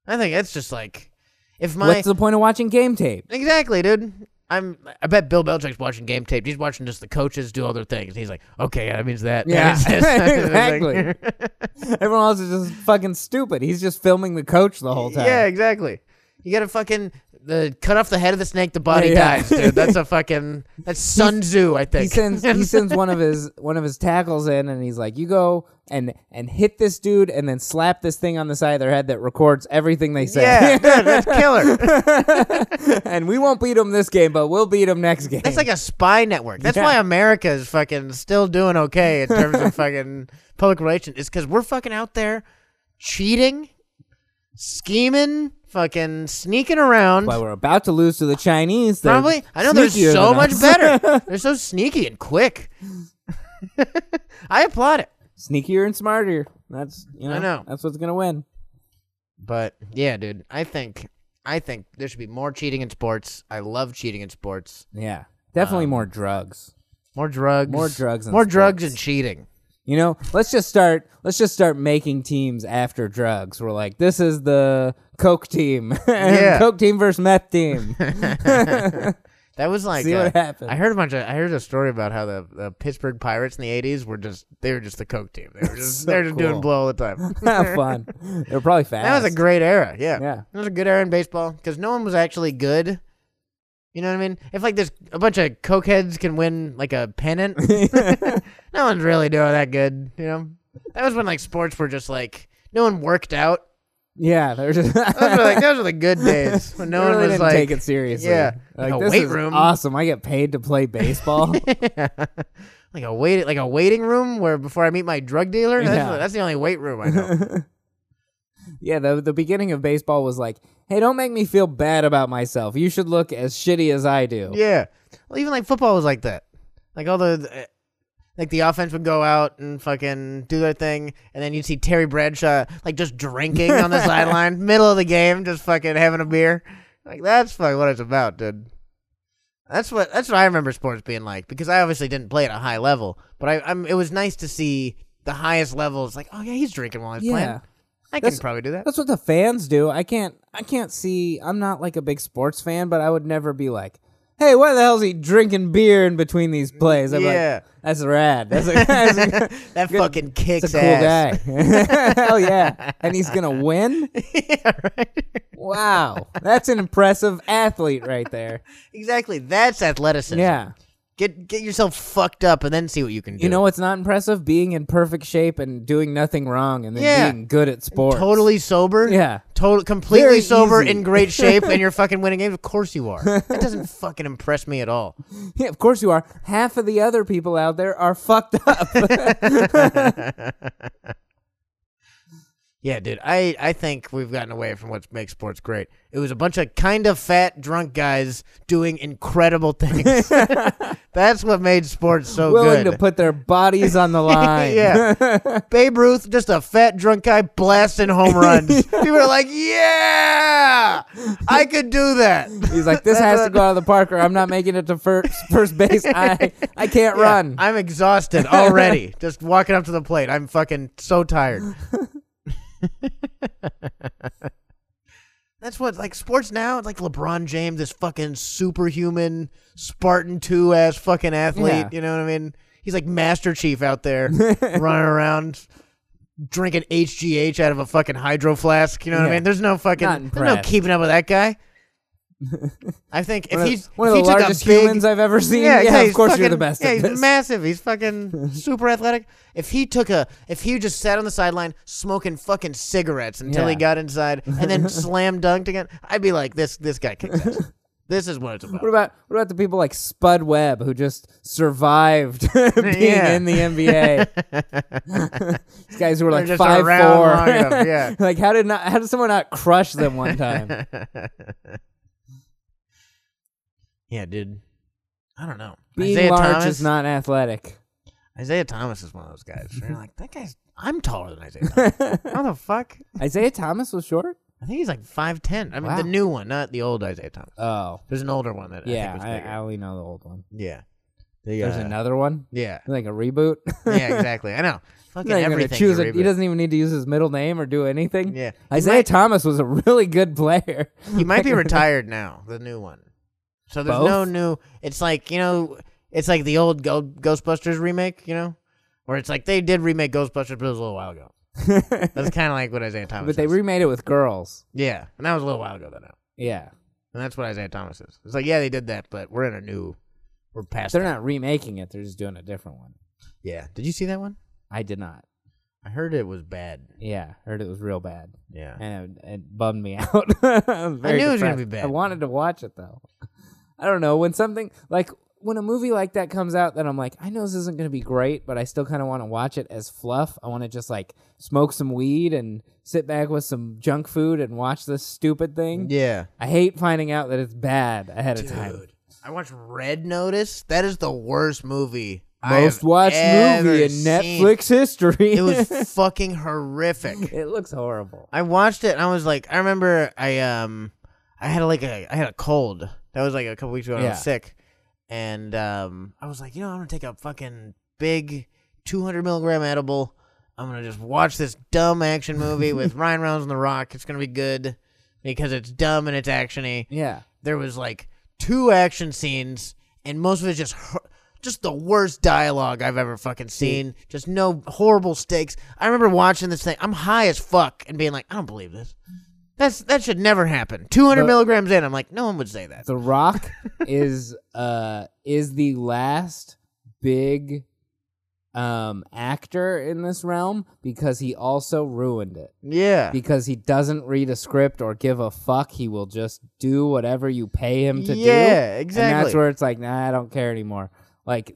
I think that's just like if my
What's the point of watching game tape?
Exactly, dude. I'm. I bet Bill Belichick's watching game tape. He's watching just the coaches do all their things. He's like, okay, yeah, that means that. that
Yeah,
means this. It's
exactly. Everyone else is just fucking stupid. He's just filming the coach the whole
like-
time.
yeah, exactly. You gotta fucking the cut off the head of the snake, the body
Yeah.
dies, dude. That's a fucking that's Sun Tzu, I think.
He sends he sends one of his one of his tackles in, and he's like, "You go and and hit this dude, and then slap this thing on the side of their head that records everything they say."
yeah, dude, that's killer.
and we won't beat him this game, but we'll beat him next game.
That's like a spy network. That's
Yeah.
why America is fucking still doing okay in terms of fucking public relations. It's because we're fucking out there cheating, scheming, fucking sneaking around.
but we're about to lose to the Chinese. They're
Probably. I know they're
sneakier
so
than
much
us.
better. they're so sneaky and quick. I applaud it.
sneakier and smarter. That's you know,
I know.
that's what's gonna win.
But yeah, dude, I think I think there should be more cheating in sports. I love cheating in sports.
Yeah, definitely
Um,
more drugs.
More drugs.
More drugs in
more drugs
sports.
and cheating.
You know, let's just start. Let's just start making teams after drugs. We're like, this is the coke team,
Yeah.
coke team versus meth team.
That was like
See
uh,
what happens.
I heard a bunch of I heard a story about how the, the Pittsburgh Pirates in the eighties were just they were just the coke team. They were just
So
they were just doing
cool.
blow all the time.
Have fun. They're probably fast.
That was a great era. Yeah.
Yeah.
That was a good era in baseball because no one was actually good. You know what I mean? If like there's a bunch of cokeheads can win like a pennant, no one's really doing that good. You know? That was when like sports were just like no one worked out.
yeah. They're just
Those were, like those were the good days when no
They
one
really
was
didn't
like
take it seriously.
Yeah.
like,
Like a
this
weight
is
room.
awesome. I get paid to play baseball.
like a wait like a waiting room where before I meet my drug dealer. That's,
Yeah.
that's the only weight room I know.
yeah, the the beginning of baseball was like, hey, don't make me feel bad about myself. You should look as shitty as I do.
Yeah. Well, even like football was like that. Like all the, the- like the offense would go out and fucking do their thing, and then you'd see Terry Bradshaw like just drinking on the sideline, middle of the game, just fucking having a beer. Like that's fucking what it's about, dude. That's what that's what I remember sports being like because I obviously didn't play at a high level, but I I'm, it was nice to see the highest levels. Like, oh yeah, he's drinking while he's
Yeah.
playing. I can probably do that.
That's what the fans do. I can't I can't see I'm not like a big sports fan, but I would never be like, Hey, why the hell is he drinking beer in between these plays? I'm
Yeah.
like, that's rad. That's a, that's a,
that fucking kicks
that's a cool
ass.
guy. hell yeah. And he's gonna win?
yeah, right.
Wow. That's an impressive athlete right there.
exactly. That's athleticism.
Yeah.
Get get yourself fucked up and then see what you can do.
You know what's not impressive? Being in perfect shape and doing nothing wrong and then
Yeah.
being good at sports.
totally sober.
Yeah.
Total, completely
Very
sober,
easy.
in great shape, and you're fucking winning games. Of course you are. That doesn't fucking impress me at all.
Yeah, of course you are. Half of the other people out there are fucked up.
Yeah, dude. I, I think we've gotten away from what makes sports great. It was a bunch of kind of fat, drunk guys doing incredible things. That's what made sports so
willing
good.
to put their bodies on the line.
yeah. Babe Ruth, just a fat drunk guy blasting home runs. People are like, yeah, I could do that.
He's like, this has
That's
to
what-
go out of the park, or I'm not making it to first first base. I I can't
Yeah,
run.
I'm exhausted already. just walking up to the plate. I'm fucking so tired. That's what like sports now. It's like LeBron James, this fucking superhuman Spartan two ass fucking athlete.
Yeah.
You know what I mean? He's like Master Chief out there running around drinking HGH out of a fucking hydro flask. You know what
Yeah.
I mean? There's no
Not
fucking there's no
impressed.
keeping up with that guy. I think if
one of,
he's
one
if
of
he
the
took a
largest
big-
humans I've ever seen. Yeah,
he's
of course you're
fucking-
the best.
Yeah,
at
he's
this.
massive. He's fucking super athletic. If he took a, if he just sat on the sideline smoking fucking cigarettes until he
Yeah.
got inside and then slam dunked again, I'd be like, this this guy kicks ass. this is what it's about.
What about what about the people like Spud Webb who just survived being
Yeah.
in the NBA? These guys who were like
just
five
around
four.
long enough, yeah.
like how did not how did someone not crush them one time?
Yeah, dude. I don't know.
being
Isaiah
large
Thomas
is not athletic.
Isaiah Thomas is one of those guys. where You're like that guy's. I'm taller than Isaiah. Thomas. How the fuck?
Isaiah Thomas was short.
I think he's like five ten. I mean,
Wow.
the new one, not the old Isaiah Thomas.
Oh,
There's an older one that
yeah,
I think was
I,
bigger.
I only know the old one.
yeah.
There's
uh,
another one,
Yeah.
like a reboot.
yeah, exactly. I know. Fucking
Not even gonna
everything.
choose it. He doesn't even need to use his middle name or do anything.
Yeah.
Isaiah Thomas was a really good player.
He might be retired now. The new one. So there's
Both?
no new. It's like you know, it's like the old Go- Ghostbusters remake, you know, where it's like they did remake Ghostbusters, but it was a little while ago. That's kind of like what Isaiah Thomas.
but they
is.
remade it with girls.
yeah, and that was a little while ago though. Now,
Yeah,
and that's what Isaiah Thomas is. It's like yeah, they did that, but we're in a new, we're past.
they're
that.
not remaking it. They're just doing a different one.
Yeah. Did you see that one?
I did not.
I heard it was bad.
Yeah, heard it was real bad,
Yeah.
and it, it bummed me out. I, was very
knew it was gonna
depressed.
be bad.
I wanted to watch it though. I don't know when something like when a movie like that comes out that I'm like, I know this isn't gonna be great, but I still kind of want to watch it as fluff. I want to just like smoke some weed and sit back with some junk food and watch this stupid thing.
Yeah.
I hate finding out that it's bad ahead of time.
I watched Red Notice. That is the worst movie. I
Most
have
watched
ever
movie in
seen.
Netflix history.
It was fucking horrific.
it looks horrible.
I watched it and I was like, I remember I um I had like a I had a cold. That was like a couple weeks ago. When I
Yeah.
was sick, and um I was like, you know, I'm gonna take a fucking big 200 milligram edible. I'm gonna just watch this dumb action movie with Ryan Reynolds and The Rock. It's gonna be good because it's dumb and it's actiony
Yeah.
there was like two action scenes and most of it just hor- just the worst dialogue I've ever fucking seen. Just no horrible stakes. I remember watching this thing. I'm high as fuck and being like, I don't believe this. That's that should never happen. 200
But-
milligrams in, I'm like, no one would say that.
The Rock is uh is the last big um actor in this realm because he also ruined it.
Yeah,
Because he doesn't read a script or give a fuck, he will just do whatever you pay him to do.
Yeah,
And
exactly.
that's where it's like, nah, I don't care anymore. Like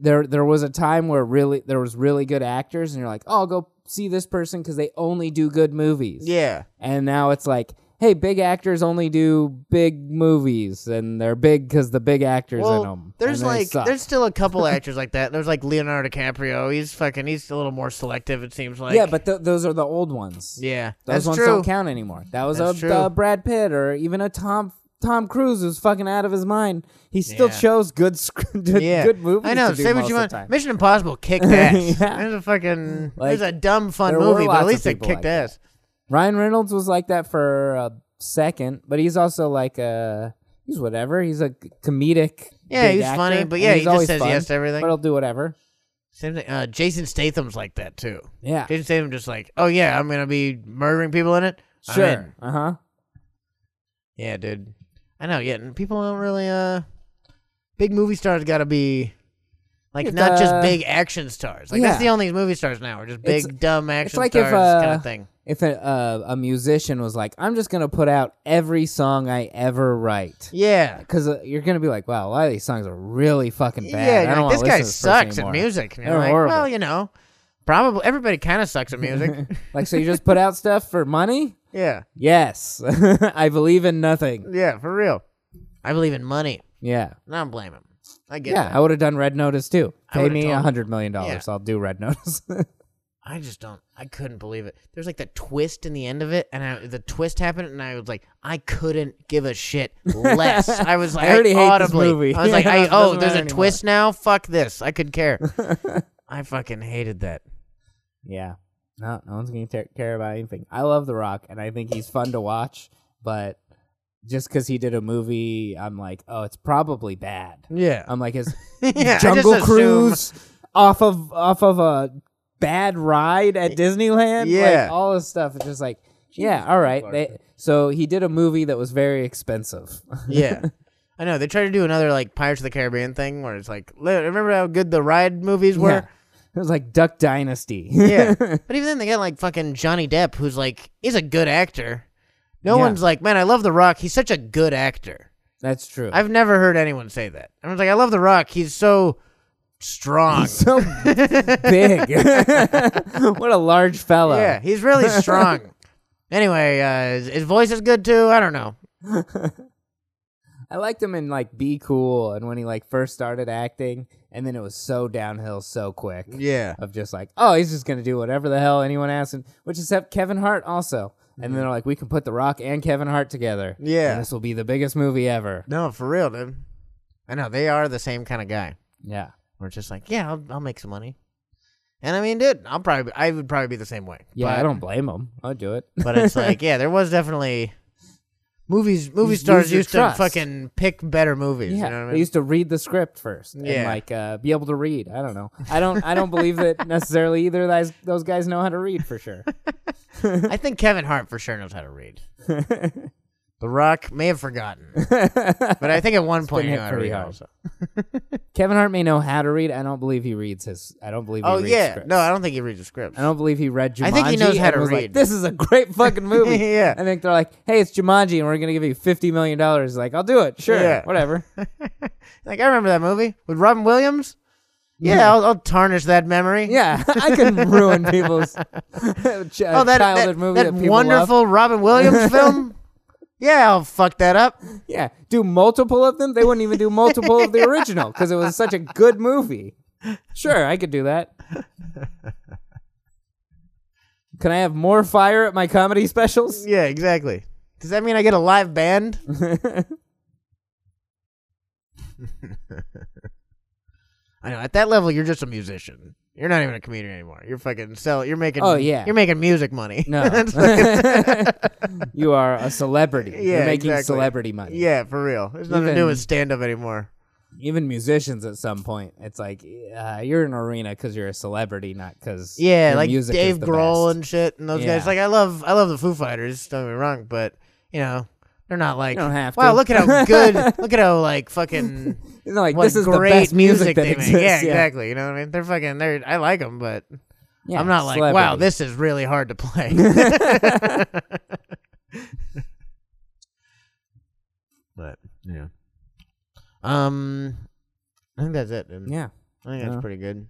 there there was a time where really there was really good actors and you're like, "Oh, go see this person cuz they only do good movies."
yeah,
And now it's like, hey, big actors only do big movies, and they're big because the big actors
well,
in them.
There's like there's still a couple actors like that. There's like Leonardo DiCaprio. He's fucking. He's a little more selective. It seems like.
yeah, but th- those are the old ones.
yeah,
those
that's
ones
true.
don't count anymore. That was
That's
a
true.
uh, Brad Pitt or even a Tom Tom Cruise who's fucking out of his mind. He still
Yeah.
chose good sc- good,
yeah.
good movies.
I know.
to do
say
most
what you
of
want.
the time.
Mission Impossible kicked ass.
Yeah.
It was a fucking.
Like,
it was a dumb fun
there were
movie, but
lots
at
of
least it
people
kicked
like that.
ass.
Ryan Reynolds was like that for a second, but he's also like a he's whatever. He's a comedic.
Yeah,
big
he's
actor,
funny, but
and
yeah, he
he's
just
always
says
fun,
yes to everything.
But he'll do whatever.
Same thing. Uh, Jason Statham's like that too.
Yeah,
Jason Statham just like, oh yeah, I'm gonna be murdering people in it. I'm in.
sure. Uh huh.
Yeah, dude. I know. Yeah, and people don't really. Uh, big movie stars got to be. Like
It's,
not
uh,
just big action stars. Like
yeah.
that's the only movie stars now are just big
It's-
dumb action
like if,
stars kind
uh,
of thing.
If a, uh, a musician was like, "I'm just gonna put out every song I ever write,"
Yeah,
because uh, you're gonna be like, "Wow, a lot of these songs are really fucking bad." I
Yeah,
don't
you're
wanna
like, this
listen
guy
to this person
sucks at
anymore."
music. And
They're
you're like,
horrible.
well, you know, probably everybody kind of sucks at music.
Like, so you just put out stuff for money?
yeah,
Yes, I believe in nothing.
yeah, for real. I believe in money.
Yeah,
And I don't blame him. I get
yeah.
that.
I would have done Red Notice too.
I
Pay
would've
me
told-
a hundred million dollars, I'll do Red Notice.
I just don't. I couldn't believe it. There's like the twist in the end of it, and I, the twist happened, and I was like, I couldn't give a shit less. I was like,
I already hate this
audibly,
movie.
I was like,
Yeah,
I,
it
oh,
doesn't
there's a
matter
twist now. Fuck this. I could care. I fucking hated that.
Yeah. No, no one's going to care about anything. I love The Rock, and I think he's fun to watch, but just because he did a movie, I'm like, oh, it's probably bad.
Yeah.
I'm like, his
yeah I
Jungle
just assume-
Cruise off of off of a bad ride at Disneyland.
Yeah.
Like, all this stuff. It's just like, yeah, all right. They, so he did a movie that was very expensive.
yeah. I know. They tried to do another like Pirates of the Caribbean thing where it's like, li- remember how good the ride movies
Yeah.
were?
It was like Duck Dynasty.
Yeah. but even then, they got like fucking Johnny Depp, who's like, he's a good actor. No
Yeah.
one's like, man, I love The Rock. He's such a good actor.
That's true.
I've never heard anyone say that. Everyone's like, I love The Rock. He's so strong.
so big. what a large fellow.
yeah, he's really strong. Anyway, uh, his, his voice is good too. I don't know.
I liked him in like Be Cool and when he like first started acting and then it was so downhill so quick.
Yeah.
Of just like, oh, he's just gonna do whatever the hell anyone asks him, which except Kevin Hart also. And then they're like, we can put The Rock and Kevin Hart together.
Mm-hmm. Yeah.
And this will be the biggest movie ever.
No, for real, dude. I know. They are the same kind of guy.
Yeah.
We're just like, yeah, I'll, I'll make some money. And I mean, dude, I'll probably, I would probably be the same way.
Yeah,
but,
I don't blame him. I'll do it.
But it's like, yeah, there was definitely Movies, movie
Use-
stars
use your
used
trust.
to fucking pick better movies.
Yeah,
you know what I
they
mean?
used to read the script first and
Yeah.
like uh, be able to read. I don't know. I don't. I don't believe that necessarily either. Of those those guys know how to read for sure.
I think Kevin Hart for sure knows how to read. the Rock may have forgotten, but I think at one point
been hit
he knew how to
pretty
read.
hard.
Also.
Kevin Hart may know how to read. I don't believe he reads his. I don't believe. He
Oh
reads
yeah,
scripts.
no, I don't think he reads the script.
I don't believe he read Jumanji.
I think he knows how
and
to
was like,
read.
this is a great fucking movie.
Yeah.
I think they're like, hey, it's Jumanji, and we're gonna give you fifty million dollars. Like, I'll do it. Sure,
Yeah.
whatever.
Like I remember that movie with Robin Williams. Yeah, I'll, I'll tarnish that memory.
Yeah, I can ruin people's ch- oh,
Oh, that
childhood
that,
movie
that
that, people love.
wonderful Robin Williams film. Yeah, I'll fuck that up.
Yeah, do multiple of them. They wouldn't even do multiple of the original because it was such a good movie. Sure, I could do that. Can I have more fire at my comedy specials?
Yeah, exactly. Does that mean I get a live band? I know. At that level, you're just a musician. You're not even a comedian anymore. You're fucking sell. You're making.
Oh, yeah.
You're making music money.
No.
It's fucking-
you are a celebrity. You're
Yeah,
making
exactly.
celebrity money.
yeah, for real. There's nothing to
Even-
do with stand up anymore.
Even musicians at some point, it's like uh, you're an arena because you're a celebrity, not because
Yeah,
your
like
music is
Dave
the
Grohl
best.
and shit, and those
Yeah.
guys. Like I love, I love the Foo Fighters. Don't get me wrong, but you know. They're not like
don't have
wow.
to."
Look at how good. look at how like fucking.
It's not like
What
this is
great
the best music, that
they
exists.
make. Yeah, exactly. You know what I mean? They're fucking. They're. I like them, but
Yeah,
I'm not like wow.
celebrity.
This is really hard to play. but yeah. Um, I think that's it. dude.
Yeah,
I think that's
Yeah.
pretty good.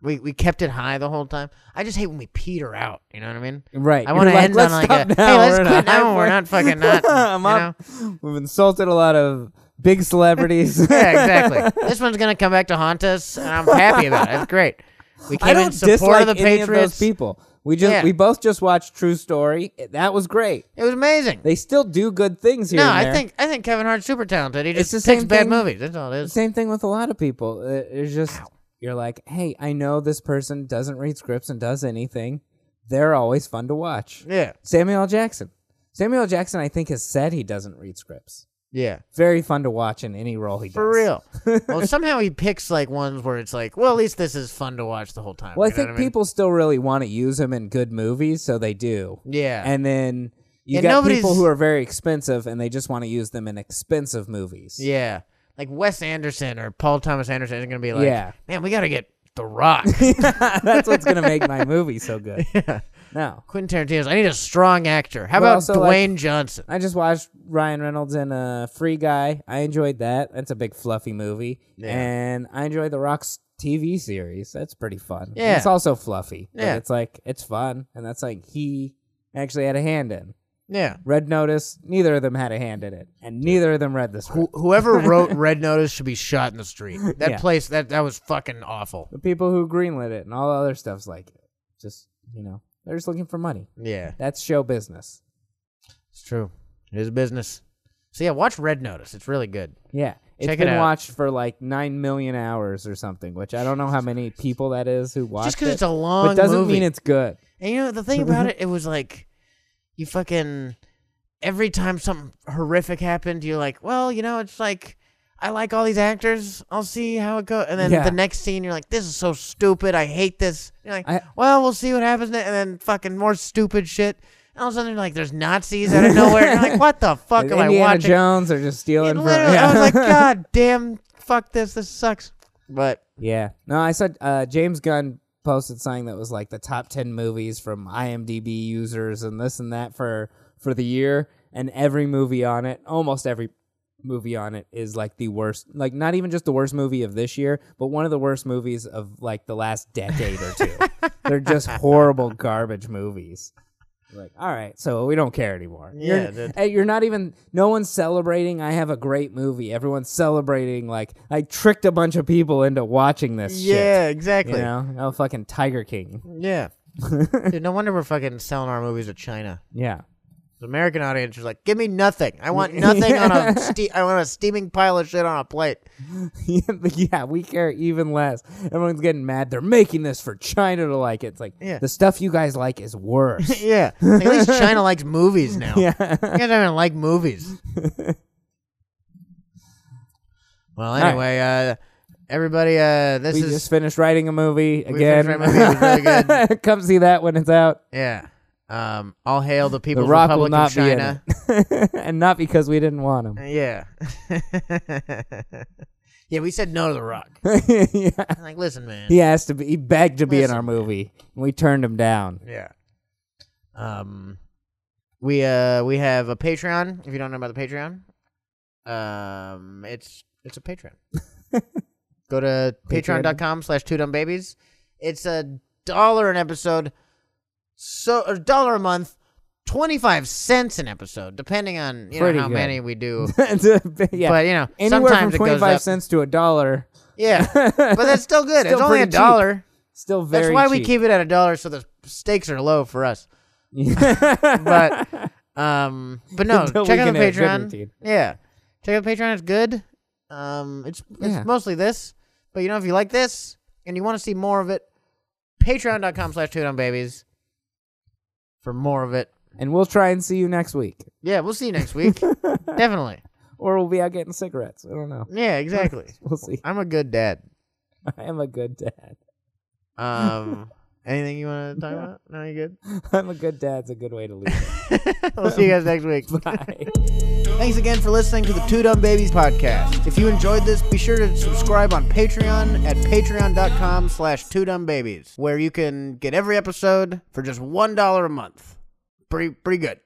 We we kept it high the whole time. I just hate when we peter out. You know what I mean?
right.
I want to
You're like,
end
"Let's
on like
stop
a
now.
hey,
We're in
let's
a
quit now. We're
halfway-
not fucking not.
I'm
you know?
up. We've insulted a lot of big celebrities.
yeah, exactly. This one's gonna come back to haunt us, and I'm happy about it. It's great. We came
I don't
in support
dislike
of the
any of
Patriots.
those people. We just
Yeah.
we both just watched True Story. That was great.
it was amazing.
They still do good things here.
No,
and
I
there.
think I think Kevin Hart's super talented. He
It's
just
the
takes
same
bad
thing-
movies. That's all it is.
same thing with a lot of people. It- It's just you're like, hey, I know this person doesn't read scripts and does anything. They're always fun to watch.
Yeah,
Samuel L. Jackson. Samuel L. Jackson, I think, has said he doesn't read scripts.
yeah,
Very fun to watch in any role he does.
for real. well, somehow he picks like ones where it's like, well, at least this is fun to watch the whole time.
Well, I
You know
think
what mean?
people still really want to use him in good movies, so they do.
Yeah.
And then you
And
got
nobody's-
people who are very expensive, and they just want to use them in expensive movies.
Yeah, like Wes Anderson or Paul Thomas Anderson is gonna be like,
Yeah.
man, we gotta get The Rock.
That's what's gonna make my movie so good. No.
Quentin Tarantino's. I need a strong actor. How
Well,
about
also, like-
Dwayne Johnson?
I just watched Ryan Reynolds in uh, Free Guy. I enjoyed that. That's a big fluffy movie, and I enjoyed The Rock's TV series. That's pretty fun. And
Yeah.
it's also fluffy. but
Yeah.
it's like it's fun, and that's like he actually had a hand in.
Yeah.
Red Notice. Neither of them had a hand in it, and neither of them read this.
Who, whoever wrote Red Notice should be shot in the street. That
Yeah.
place, that that was fucking awful.
The people who greenlit it and all the other stuff's like, just you know, they're just looking for money.
Yeah,
That's show business.
it's true. It is business. So yeah, watch Red Notice. It's really good.
Yeah. it's
Check it
been
out.
watched for like nine million hours or something, which I don't know how many people that is who watch.
Just because
it,
it's a long
but doesn't
movie.
mean it's good.
And you know the thing about it, it was like you fucking every time something horrific happened, you're like, well, you know, it's like I like all these actors. I'll see how it goes. And then
Yeah.
the next scene, you're like, this is so stupid. I hate this. You're like,
I-
well, we'll see what happens. ne-" And then fucking more stupid shit. And all of a sudden, you're like, there's Nazis out of nowhere. And you're like, what the fuck
Like,
am
Indiana
I watching?
Jones are just
It
stealing. From,
literally,
yeah.
I was like, God damn, fuck this. This sucks. But
yeah. No, I said uh, James Gunn posted something that was like the top ten movies from IMDb users and this and that for for the year, and every movie on it, almost every movie on it is like the worst like not even just the worst movie of this year but one of the worst movies of like the last decade or two they're just horrible garbage movies like all right so we don't care anymore
Yeah,
you're,
dude.
eh, you're not even no one's celebrating i have a great movie everyone's celebrating like i tricked a bunch of people into watching this
yeah,
shit
exactly.
you know oh fucking tiger king
Yeah. Dude, no wonder we're fucking selling our movies to China.
yeah
The American audience was like, "Give me nothing. I want nothing on a ste- I want a steaming pile of shit on a plate."
yeah, we care even less. Everyone's getting mad. They're making this for China to like it. It's like
Yeah.
the stuff you guys like is worse.
yeah, Like, at least China likes movies now.
yeah.
You guys don't even like movies. well,
right.
anyway, uh, everybody, uh, this
we
is
just finished writing a movie
finished
again.
writing a movie. It was really
Come see that when it's out.
yeah. Um, all hail the
The
People's
Rock will
Republic
not
of China.
be in it, and not because we didn't want him.
Yeah. yeah, we said no to the Rock.
yeah.
Like, listen, man.
He asked to be. He begged to be in
Listen,
our movie, and we turned him down.
Yeah. Um, we uh we have a Patreon. If you don't know about the Patreon, um, it's it's a Patreon. Go to
Patreon.
patreon.com slash two dumb babies. It's a dollar an episode, so a dollar a month, twenty five cents an episode, depending on you know,
Pretty
how
good.
many we do.
yeah.
But you know,
Anywhere from
sometimes it
twenty
goes up.
five cents to a dollar,
Yeah, but that's still good.
Still
it's only a
pretty cheap.
dollar.
still very.
That's why we
cheap.
keep it at a dollar, so the stakes are low for us. but um but no
Until
check
we
out
can
the
have good
patreon
routine.
yeah check out the patreon it's good um it's it's
Yeah.
mostly this but you know if you like this and you want to see more of it patreon.com slash two dumb babies for more of it
and we'll try and see you next week,
yeah we'll see you next week definitely
or we'll be out getting cigarettes. I don't know.
yeah exactly
We'll see.
i'm a good dad
I am a good dad.
um anything you want to talk about no you good
I'm a good dad's a good way to leave.
we'll see you guys next week
it. Bye.
Thanks again for listening to the Two Dumb Babies podcast. If you enjoyed this, be sure to subscribe on Patreon at patreon.com slash two dumb babies, where you can get every episode for just $1 a month. Pretty, pretty good.